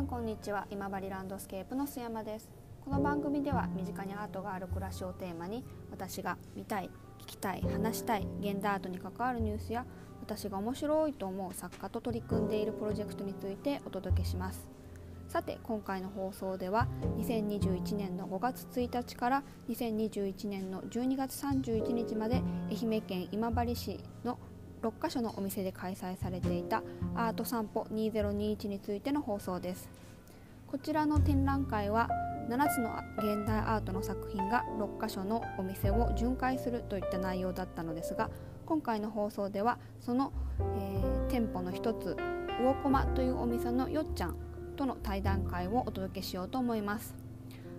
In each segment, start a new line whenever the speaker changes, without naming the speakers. んこんにちは今治ランドスケープの須山ですこの番組では身近にアートがある暮らしをテーマに私が見たい聞きたい話したい現代アートに関わるニュースや私が面白いと思う作家と取り組んでいるプロジェクトについてお届けしますさて今回の放送では2021年の5月1日から2021年の12月31日まで愛媛県今治市の6カ所のお店で開催されていたアート散歩2021についての放送ですこちらの展覧会は7つの現代アートの作品が6カ所のお店を巡回するといった内容だったのですが今回の放送ではその、えー店舗の一つ魚駒というお店のよっちゃんとの対談会をお届けしようと思います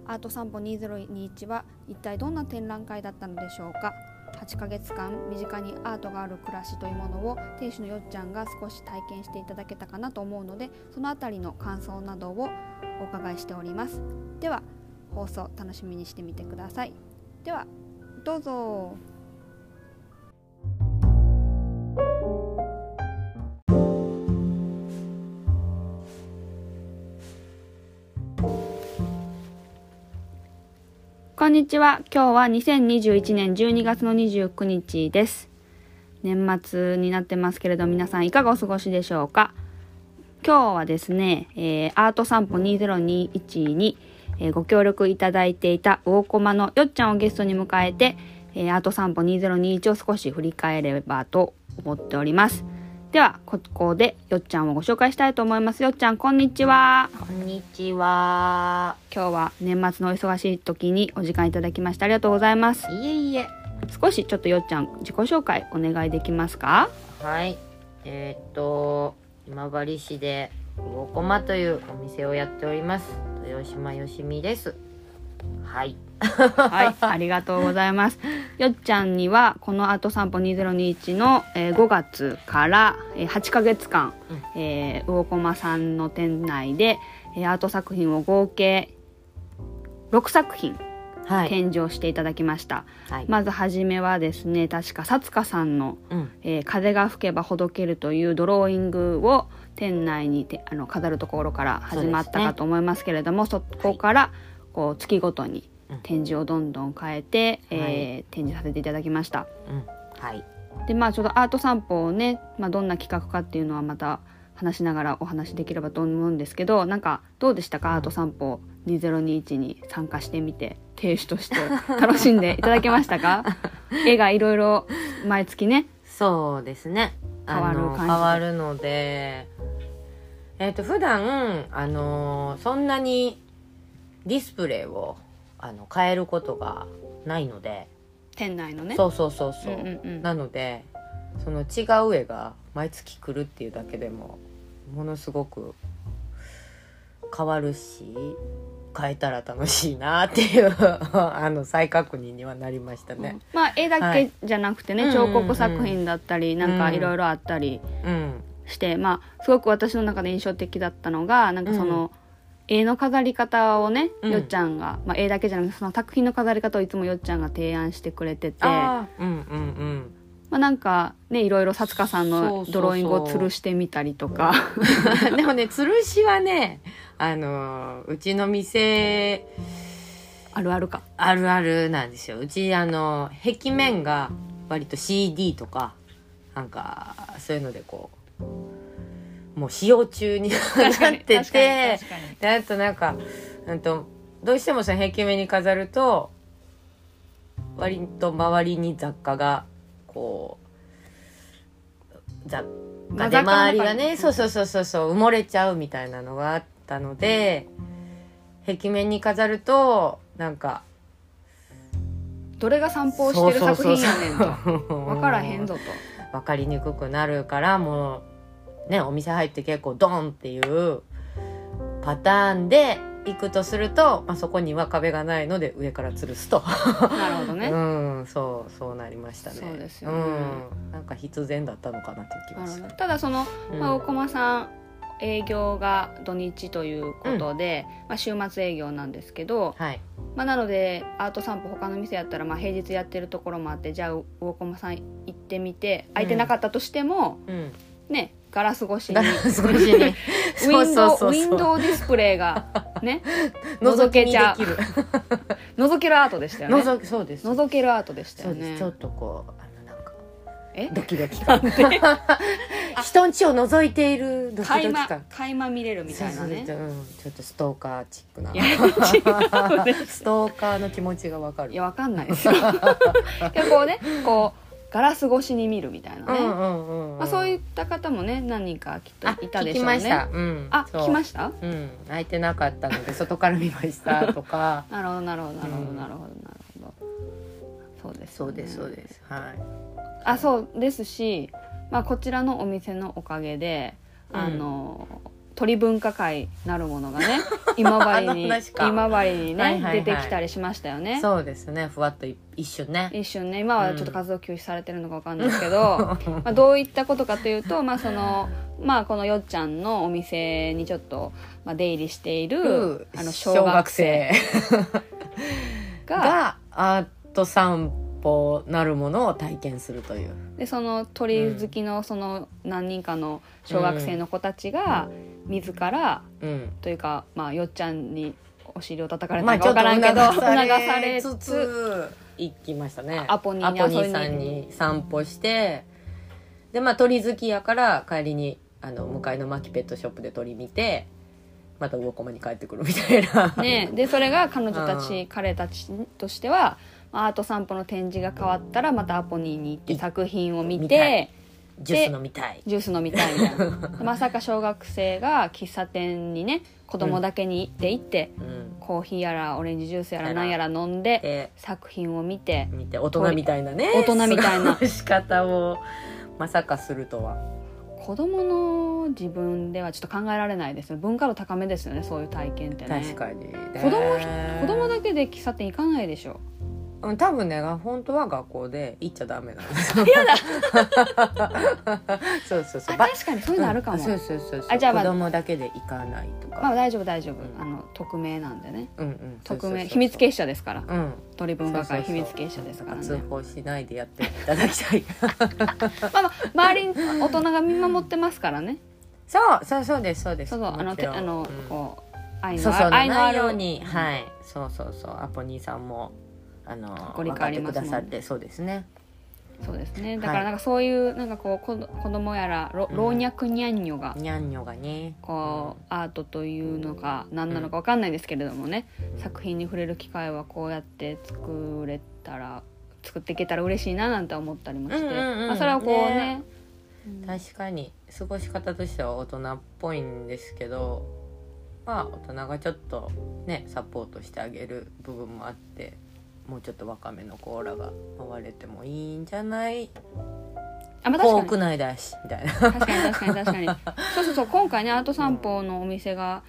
アート散歩2021は一体どんな展覧会だったのでしょうか8ヶ月間身近にアートがある暮らしというものを店主のよっちゃんが少し体験していただけたかなと思うのでそのあたりの感想などをお伺いしておりますでは放送楽しみにしてみてくださいではどうぞこんにちは。今日は2021年12月の29日です。年末になってますけれど、皆さんいかがお過ごしでしょうか今日はですね、えーアート散歩2021に、えーご協力いただいていた魚駒のよっちゃんをゲストに迎えて、えーアート散歩2021を少し振り返ればと思っております。では、ここでよっちゃんをご紹介したいと思います。よっちゃん、こんにちは。
こんにちは。
今日は年末のお忙しい時にお時間いただきましてありがとうございます。
いえいえ。
少しちょっとよっちゃん自己紹介お願いできますか
はい。えーっと、今治市で、魚駒というお店をやっております。豊島よしみです。はい。
はいありがとうございますよっちゃんにはこの「アート散歩2021」のえー5月からえー8ヶ月間、えー魚駒さんの店内でえーアート作品を合計6作品
は。
展示をしていただきました、
はい。
まず初めはですね確かさつかさんの「
うん。
えー風が吹けばほどける」というドローイングを店内にてあの飾るところから始まったかと思いますけれどもそ,、こからこう月ごとに
うん
展示をどんどん変えて、えー
は
展示させていただきました。
うん。はい。
でまあちょっとアート散歩をね、まあ、どんな企画かっていうのはまた話しながらお話しできればと思うんですけどなんかどうでしたかアート散歩2021に参加してみて亭主として楽しんでいただけました か絵がいろいろ毎月ね
そうですね。
変わる感じ
あの変わるので、えーっと、普段、あの、そんなにディスプレイを、あの、変えることがないので、
店内のね
そうそうそうそう,、
うんうんうん
なのでその違う絵が毎月来るっていうだけでもものすごく変わるし変えたら楽しいなっていう あの再確認にはなりましたね。
まあ絵だ
は
け
い
じゃなくてね、
うんうんうん
彫刻作品だったりなんかいろいろあったり
うん、
して、まあすごく私の中で印象的だったのがなんかその、絵の飾り方をね、
うん
よっちゃんが、まあ、絵だけじゃなくてその作品の飾り方をいつもよっちゃんが提案してくれてて
あーうんうんうん
まあ、なんかねいろいろさつかさん
そうそう
の
そう
ドローイングを吊るしてみたりとか
でもね吊るしはねあのうちの店
あるあるか
あるあるなんですよ。うち、あの、壁面が割と CD とか、なんか、そういうのでこう、もう使用中になってて、で、あとなんか、うんと、どうしてもその壁面に飾ると、割と周りに雑貨が、こう、雑貨で
まあ雑貨の中
周
に
りがね、そうそうそうそうそう、埋もれちゃうみたいなのがあったので、壁面に飾ると、なんか、
どれが散歩をしてる作品やねんと
そうそうそうそう
分からへんぞと。
分かりにくくなるからもうねお店入って結構ドンっていうパターンで行くとすると、まあ、そこには壁がないので上から吊るすと、
なるほどね。
うんそうそうなりましたね
そうですよね
うん、なんか必然だったのかなっていう気
な
が
る
す
ほ
る
どただその、
うん
まあ、大駒さん営業が土日ということで、まあ、週末営業なんですけど、
はい
まあ、なのでアート散歩他の店やったらまあ平日やってる ところもあってじゃあ大駒さん行ってみて空いてなかったとしても、
うん
ねガラス越しに
ガラス越しに
ウィンドウ
そうそうそうそう
ウィンドウディスプレイが ね
覗
覗
け
け
ち
ち
ゃ
ゃ
う
う覗けるアートでしたよね
覗そうです
覗けるアートでした
そ
よ
うです
ね
ちょっとこうあのなんか
え
ドキドキ感 人んちを覗いているドキド
垣
キ
間
感
垣間見れるみたいなね
そうそううんちょっとストーカーチックない
や違うで
ストーカーの気持ちがわかる
いやわかんない ですよ結構ねこうガラス越しに見るみたいな
う
ね、
んうんうんうん
まあ、そういった方もね何人かきっと
あ
いたでし
聞き
ょう
まし
ね
たうん
あ
そう
来ました
うん泣いてなかったので外から見ました とか
なるほどなるほどなるほど
うん
なるほどなるほどそうです、
そうですそうですはい
あそうですし、まあ、こちらのお店のおかげで、
うん
あの鳥文化会なるものが ね今治に
あの話か
今治にね、
はいはいはい
出てきたりしましたよね
そうですねふわっとい一瞬ね
一瞬ね今はちょっと活動休止されてるのかわかんないですけど、まあ、どういったことかというと、まあそのまあ、このよっちゃんのお店にちょっと、まあ、出入りしているあの小学生が
がアート散歩なるものを体験するという
でその鳥好きのその何人かの小学生の子たちが自ら
うん
というか、まあ、よっちゃんにお尻を叩かれ
ま
た
あ
の
ち
か
ょっ
分
と
からんけど
促さ
さ
れ
れ
つ
つつ
つ行きましたね
アポニーに遊びに
さんに散歩してでまあ鳥好きやから帰りにあの向かいのマキペットショップで鳥見てまた魚駒に帰ってくるみたいな、
ね、でそれが彼女た
う
ち彼たちとしてはまあアート散歩の展示が変わったらまたアポニーに行って
い
作品を見
見た
て
い ジュース飲みたい
ジュース飲みたいみたいなまさか小学生が喫茶店にね子供だけにで行って、
うん
コーヒーやらオレンジジュースやら
やら
なんやら飲んで
で
作品を見て
見て大人みたいなね
大人みたいな
過ごし方をまさかするとは
子供の自分ではちょっと考えられないですね文化度高めですよねそういう体験ってね
確かに、
子供ひ子供だけで喫茶店行かないでしょ
うん、多分ね本当は学校で行っちゃダメなんですだ そうそうそう
あ
ば
確かにそういうのあるかも、
うんそうそうそうそう
あじゃあま
子
あ
供だけで行かないとか、
まあ大丈夫大丈夫、
うん
あの匿名なんでね
うんうん
匿名秘密
社
結社ですから
うん
鳥文化会
そう
秘
そうそう
密結社ですからね
通報しないでやっていただき たい
まあまあ周りに大人が見守ってますからね
そうそうそうですそうです
そうそうあの
もち
て
ろん
あの、
うん
こう愛
そ
の
う
あ
そう
る愛の
な
あ
い
る
ように、はいそうそうそうアポニーさんもあの
ご理解ありますもん
分かってくださってそうですね
そうですねだからなんかそういうなんかこう子ど子供やらろ老若にゃんにょが
にゃんにょがね
こうアートというのか何なのかわかんないですけれどもね、作品に触れる機会はこうやって作れたら作っていけたら嬉しいななんて思ったりもして、
うんうんうん
まあ、それはこうねうん
確かに過ごし方としては大人っぽいんですけどまあ大人がちょっとねサポートしてあげる部分もあってもうちょっと若めのコーラが回れてもいいんじゃない
あまあ、
校
確か
区
に
内だしみたいな
確かに確かに確か にそうそうそう今回ねアート散歩のお店が、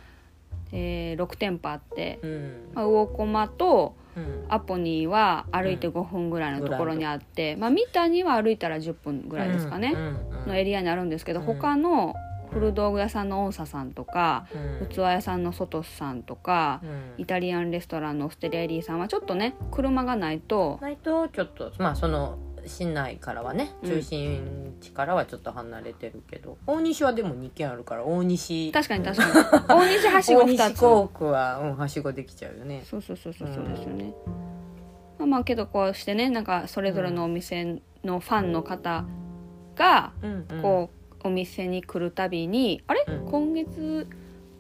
えー6店舗あって、
うん
まあ、魚駒と
うん
アポニーは歩いて5分ぐらいのところにあって、まあ、三谷は歩いたら10分ぐらいですかね、
うんうん
のエリアにあるんですけど、
うん
他の古道具屋さんの音叉さんとか、
うん
器屋さんのソトスさんとか、
うん
イタリアンレストランのオステリアリーさんはちょっとね車がないと
ないとちょっとまあその市内からはね
うん
中心地からはちょっと離れてるけど、大西はでも2軒あるから大西
確かに確かに大西はしご
大
2
西
つ
校区は、うん、はしごできちゃうよね
そうそうそうそう
うん
そうですよね、まあまあけどこうしてねなんかそれぞれのお店のファンの方が
うんうん
こう、お店に来るたびにあれ、
うん
今月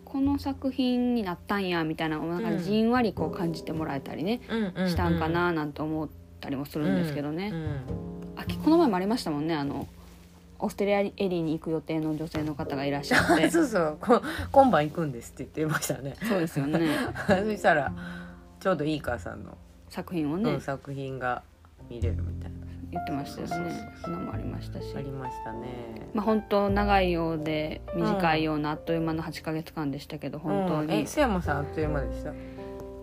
この作品になったんやみたいななんかじんわりこう感じてもらえたりね、したんかななんて思ったりもするんですけどね、あこの前もありましたもんねあのオーストラリアエリーに行く予定の女性の方がいらっしゃって
そうそうこ今晩行くんですって言ってましたね
そうですよね
そしたらちょうどいい母さんの、
作品を
う
ね、
ん作品が見れるみたいな
言ってましたよ
そうそう
ねそんなのもありましたし
ありましたね
まあ本当長いようで短いようなあっという間の8ヶ月間でしたけど本当
うんえ
に、
須山さんあっという間でした
い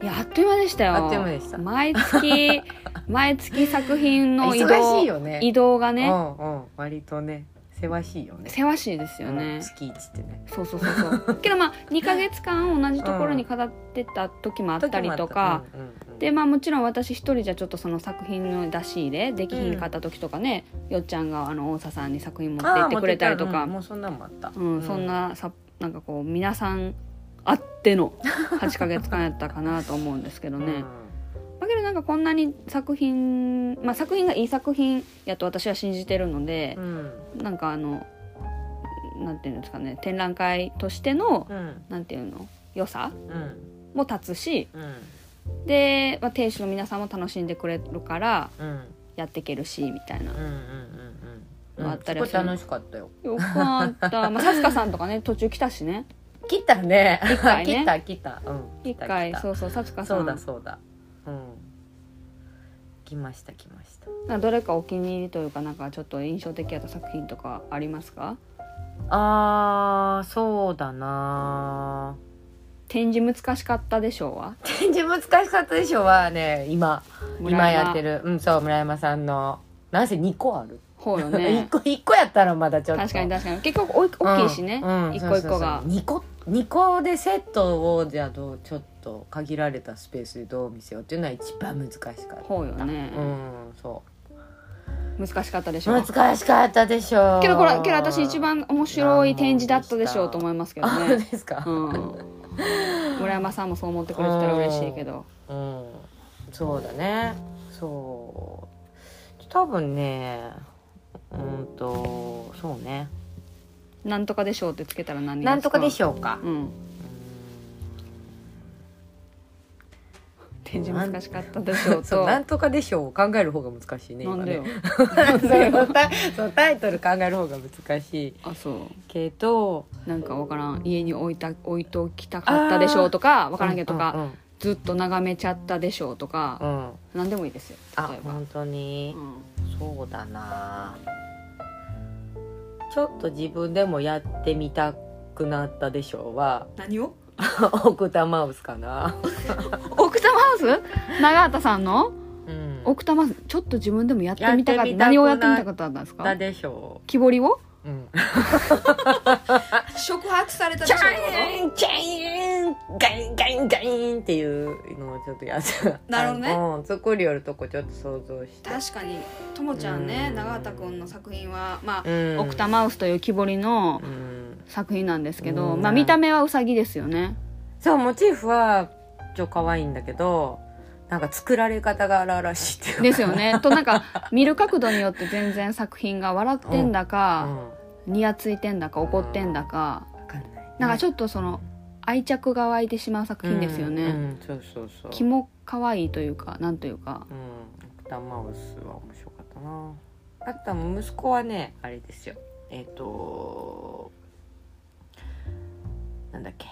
やあっという間でしたよ
あっという間でした
毎月毎月作品の移動
忙しいよね
移動が
う
ね
んうん割とねせわしいよね
せわしいですよね、
うん月一ってね
そうそうそう そうけどまあ2ヶ月間同じところに飾ってた時もあったりとか、
時もあったうんうんうん
でまあもちろん私一人じゃちょっとその作品の出し入れできひんかった時とかね、よっちゃんがあの大佐さんに作品持って行ってくれたりと
あー
か
持ってったうんもうそんなんもあった。
うん、そん。なさなんかこう皆さんあっての8ヶ月間やったかなと思うんですけどね、まあけどなんかこんなに作品、まあ、作品がいい作品やと私は信じてるので
う、ん。
なんかあのなんていうんですかね展覧会としての、
うん。
なんていうの良さ
うん。
も立つし
うん。
で、まあ、亭主の皆さんも楽しんでくれるから
うん。
やっていけるしみたいな
うん。うん。うん。うん。
あったり
う
は
んす
す
ご
る
い楽しかったよ。
よか ったまあさすかさんとかね途中来たしね
切ったね。
一回ね
切った、切った。うん。
一回
切った
そうそうさすかさ
そうんだ、そうだ。うん。来ました、来ました。
なんかどれかお気に入りというかなんかちょっと印象的やった作品とかありますか
あー、そうだな
展示難しかったでしょうわ
展示難しかったでしょはね、今。今やって
る
る。うん、そう、村山さんの。なんせ2個ある。
方よ
1
ね
個、 一個やったらまだちょっと。
確かに確かに結構おい大きいしね、一個一個が
2個2個でセットをじゃあどうちょっと限られたスペースでどう見せようっていうのは一番難しかった
方よね
う、んそう
難しかったでしょう
難しかったでしょう
けどこれけど私一番面白い展示だったでしょうと思いますけど
あそう
ね、
ですか
うん、村山さんもそう思ってくれてたら嬉しいけど
うん、そうだねそう多分ねうんとそうね
なんとかでしょうってつけたら何がつ
なんとかでしょうか
う、うん、展示難しかったでしょ
う
うん
そう
と
なんとかでしょうを考える方が難しいね
な
今
ん
ね
でよ
そのタイそうタイトル考える方が難しい
あそう
けど
なんかわからん家に置いた置いておきたかったでしょうとかわからんけどとか、ずっと眺めちゃったでしょうとか
うん、うんうん
何でもいいですよ
あ
例えば、
本当に
う、ん
そうだなちょっと自分でもやってみたくなったでしょうは
何を
奥多マウスかな、
奥多摩ハウス長畑さんの
うん、
奥多摩ちょっと自分でもやってみたかっ
やっ
た
てみたくな
何をやってみたかったんです
だ
か
でしょ
木彫りを
う、うん、
触発された
チャインチャインガインガインガインっていうのをちょっとやって
なるほどね
あのうん作りよるとこちょっと想像して
確かにとも
ちゃんね永田君の
作品はまあ
うん
奥多摩ハウスという木彫りの
うん
作品なんですけど、
うん
まあ見た目はウサギですよね
そうモチーフは超可愛いんだけどなんか作られ方が荒々しいっていうか
ですよ ねとなんか見る角度によって全然作品が笑ってんだ
う
か、
ん
にやついてんだか怒ってんだか、
わかんない
なんかち
ょっ
ょっとその愛着が湧いてしまう作品ですよね、
うんうんそうそうそう
気も可愛いというかなんというか
うんオクタマウスは面白かったなあとは息子はねあれですよえっ、となんだっけ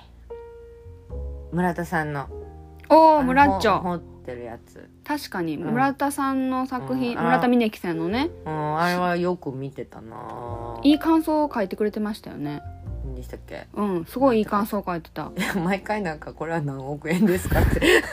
村田さんの
お
あ
お
の
村っちょ
ほ彫ってるやつ
確かに
ん
村田さんの作品、
うんあ
村田峰樹さんのね
うんあれはよく見てたない
い感想を書いてくれてましたよね
何でしたっけ
うんすごいいい感想を書いてた
毎回なんかこれは何億円ですかって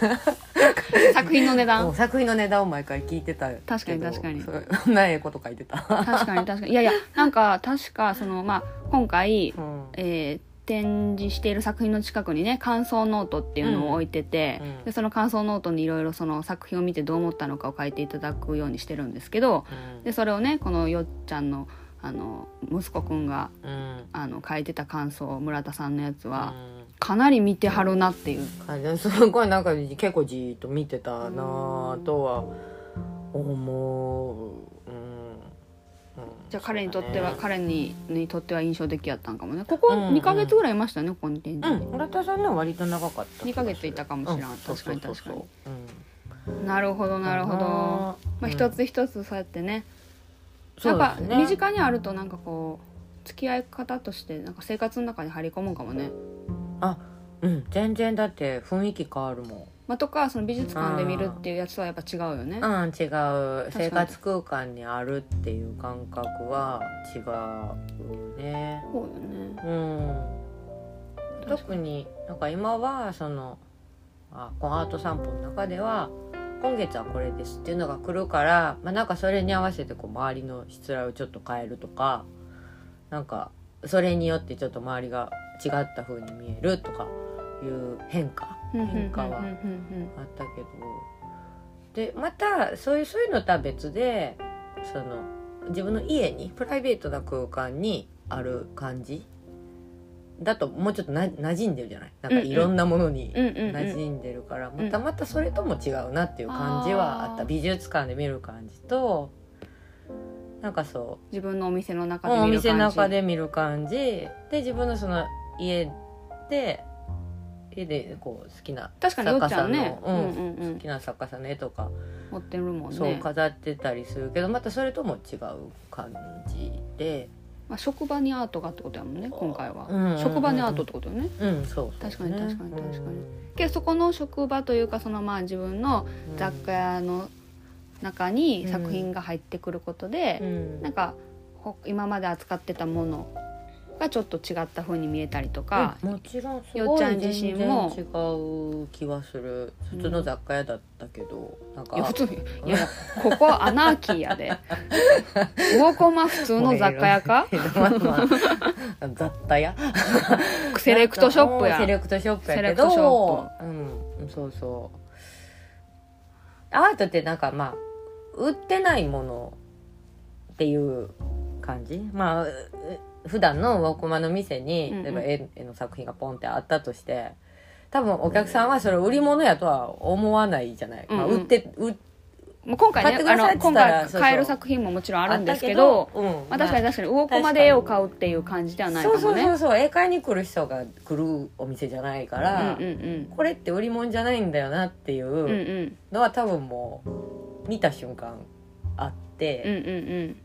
作品の値
も
段
う作品の値段を毎回聞いてたけど
確かに確かに
そう そんなええこと書いてた、
確かに確かにいやいやなんか確かそのまあ今回
う、ん
えー展示している作品の近くにね感想ノートっていうのを置いてて、
うんうん
でその感想ノートにいろいろその作品を見てどう思ったのかを書いていただくようにしてるんですけどでそれをねこのよっちゃんのあの息子くんが
うん
あの書いてた感想村田さんのやつは、
うん
かなり見てはるなっていう
感じすごいなんか結構じーっと見てたなぁとは思う、うんうん
じゃあ彼にとっては、
そう
彼ににとっては印象的やったんかもねここ
うんうん
2ヶ月ぐらいいましたね、ここに展
だね
示、
うん村田さんのは割と長かった
2ヶ月いたかもしれん、確かに確かになるほど
に
なるほど、まあ、一つ一つそうやってね、なんか身近にあるとなんかこう付き合い方としてなんか生活の中に張り込むかもね、
あうん全然だって雰囲気変わるもん
まあ、とかその美術館で見るっていうやつとはやっぱ違うよね、
うん違う
に
生活空間にあるっていう感覚は違うね
そうよね
う
確
ん
かに
特になんか今はそのあこのアート散歩の中では今月はこれですっていうのが来るから、まあ、なんかそれに合わせてこう周りのしつらいをちょっと変えるとかなんかそれによってちょっと周りが違った風に見えるとかいう変化
うんうんうんうん
変化は
うんうん
あったけどでまたそういうそういうのとは別でその自分の家にプライベートな空間にある感じだともうちょっとな馴染んでるじゃないなんかいろんなものに
うんうんうん
馴染んでるから、またまたそれとも違うなっていう感じはあった
あー
美術館で見る感じとなんかそう
自分のお店の中で見る
お
感じ
店の中で見る感じで自分のその家で家でこう好きな
確かによっちゃん
の、
ね、う
う
んん、うんうん
好きな作家さんの絵とか、
持ってるもんね
そう飾ってたりするけどまたそれとも違う感じで
まあ、職場にアートがってことやもんね今回は、
うんうんうん
職場にアートってことよね
うんそうそう
確かに確かに確かに
うん
けどそこの職場というかそのまあ自分の雑貨屋の中に作品が入ってくること
う
で、
ん
なんかほ今まで扱ってたものがちょっと違った風に見えたりとか、
うんもちろんす
よっ
ご
ちゃ
い
ん自身
全然
も
違う気はする普通の雑貨屋だったけど、なんか
いや普通にいやここアナーキーやで魚駒普通の雑貨屋 か
まあまあ雑貨屋
セレクトショップや
セレクトショップや
セ
け
レクトショ
どうんそうそうアートってなんかまあ売ってないものっていう感じまあう普段のワコマの店に
うんうん
例えば絵絵の作品がポンってあったとして多分お客さんはそれ売り物やとは思わないじゃない、まあ、
うんうん
売って売っ
もう今回
買って
ね
くだ
あ
さい
の
って言
今
ったら
回
そうそう
買える作品ももちろんあるんですけ
あっ
ど
たけどうん
まあ、確かに確かに魚駒で絵を買うっていう感じではないか
そ
も
う
ね
そうそうそう絵買いに来る人が来るお店じゃないから、
うんうん
これって売り物じゃないんだよなってい
うんうん
う
うん
のは多分もう見た瞬間あって、
うんうん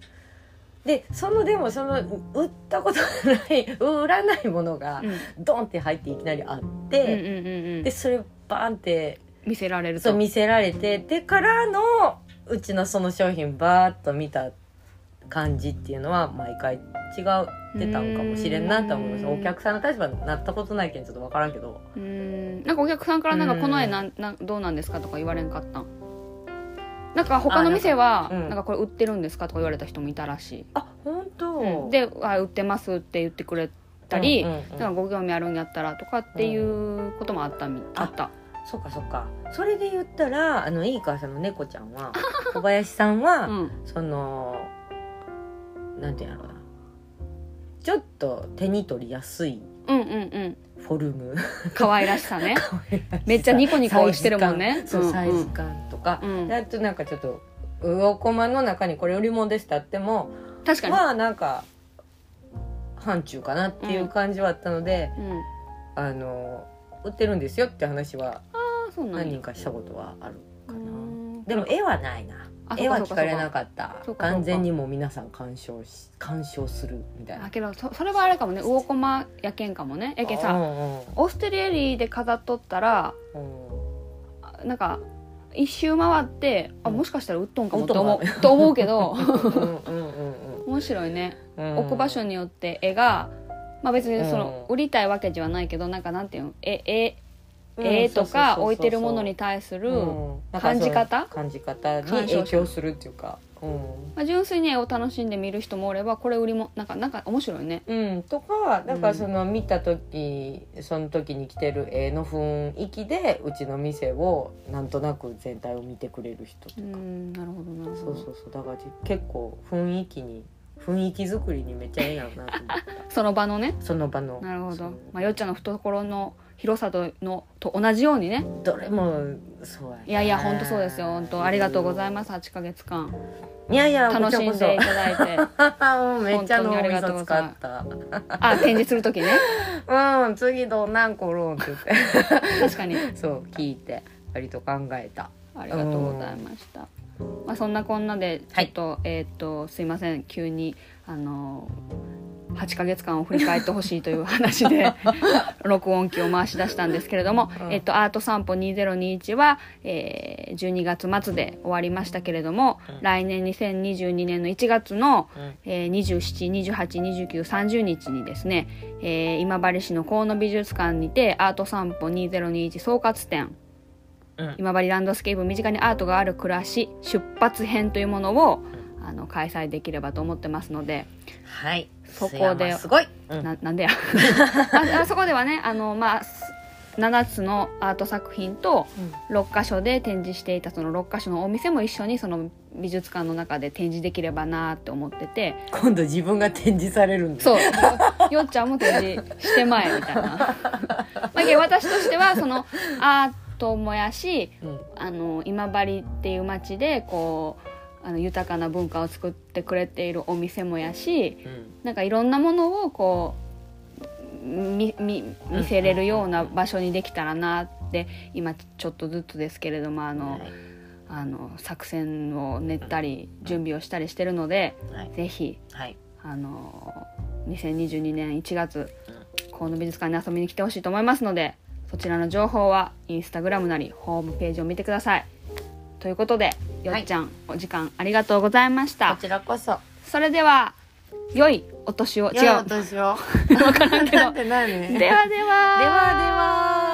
でそのでもその売ったことのない売らないものが
うんうん
ドンって入っていきなりあっ
うん
て、
うんうんうん
でそれバーンって
見せられる
そ
と
う見せられてでからのうちのその商品バーッと見た感じっていうのは毎回違ってたんかもしれんなと思います
うん
お客さんの立場になったことないけんちょっと分からんけど
うーんなんかお客さんからなんかこの絵なんなんどうなんですかとか言われんかったんなんか他の店は
あなんかうん
なんかこれ売ってるんですかとか言われた人もいたらしい、
あ本当、
うんであ売ってますって言ってくれたり、
うんうんうん
なんかご興味あるんやったらとかっていうこともあったみ、あった
そっかそっかそれで言ったらあのいい母さんの猫ちゃん は小林さんは、
うん
そのなんていうんやろうなちょっと手に取りやすい
うんうんうん
フォルム
可愛らしさ ね めっちゃニコニコしてるもんね
サイズ感そうサイ
うんうん
ズ感とか、
うん
であとなんかちょっと魚駒の中にこれ売り物ですってあっても
確かに、
まあなんか範疇かなっていう感じはあったので、
うん、あ
あの売ってるんですよって話は
あそうなん
何
や
人かしたことはあるかな、
うん
でも絵はないな
あ
絵は
そうか
聞
そうか
かれなかった
そうかそうか
完全にもう皆さん鑑賞し鑑賞するみたい
あ
な
けどそそれはあれかもね魚駒やけんかもねやけん
う
さ
ん
オーストリアリーで飾っとったら
うんうん
あなんか一周回ってあ
うん
もしかしたら売っとんかも
売っと
と
んか
思
も
うと思うけど
うんうんうん
面白いね
うん
置く場所によって絵が、まあ、別にその
うん
売りたいわけではないけどなんかなんていうの絵絵
うん
絵とか
そうそうそうそう
置いてるものに対する、
うんなんか
感じ方
そう感じ方に
鑑賞
影
者
響するっていうかうん
まあ、純粋に絵を楽しんで見る人もおればこれ売りもなんかなんか面白いね。
うん、とかだからその見た時、その時に来てる絵の雰囲気でうちの店をなんとなく全体を見てくれる人と
う
か、
んなるほどなる
そ
ほ
う
ど
そうそうだから結構雰囲気に雰囲気作りにめっちゃええんやろなと思っ
その場のね
たその場の
なるほ
そ
ど
う、
まあ、よっちゃんの懐の広さとのと同じようにね
どれもそうやね
いやいや本当そうですよ本当ありがとうございます8ヶ月間
いやいや
楽しんでいただいて
だ めっちゃ
本当
脳
にありがと
み
うござい
そ使
ま
った
あ展示する時ね
うん次どんなんころんって言って
確かに
そう聞いて割と考えた
ありがとうございました、まあ、そんなこんなでちょっと、えーっとすいません急にあの8ヶ月間を振り返ってほしいという話で 録音機を回し出したんですけれども、
うん
えっと、アート散歩2021は、えー12月末で終わりましたけれども、
うん
来年2022年の1月の、
うん
えー27、28、29、30日にですね、えー今治市の河野美術館にてアート散歩2021総括展
うん
今治ランドスケープ身近にアートがある暮らし出発編というものをあの開催できればと思ってますので
はい
そこで
須山すごい、う ん
ななんでやああそこではねあの、まあ、す7つのアート作品と
うん
6か所で展示していたその6か所のお店も一緒にその美術館の中で展示できればなって思ってて
今度自分が展示されるんだ
そう よっちゃんも展示してまえみ たいな。まあ、け私としてはそのアートもやし
うん
あの今治っていう町でこうあの豊かな文化を作ってくれているお店もやし
うん
なんかいろんなものをこうみみ見せれるような場所にできたらなって今ちょっとずつですけれどもあの
はい
あの作戦を練ったり準備をしたりしてるので
はい
ぜひ
はい
あの2022年1月
うん
河野美術館に遊びに来てほしいと思いますのでそちらの情報はインスタグラムなりホームページを見てくださいということでよっちゃん、お時間ありがとうございまし
こ
た
ちらこそ
それでは良いお年を違う
良いお年を
わからんけど
なんて何
ではでは
ではでは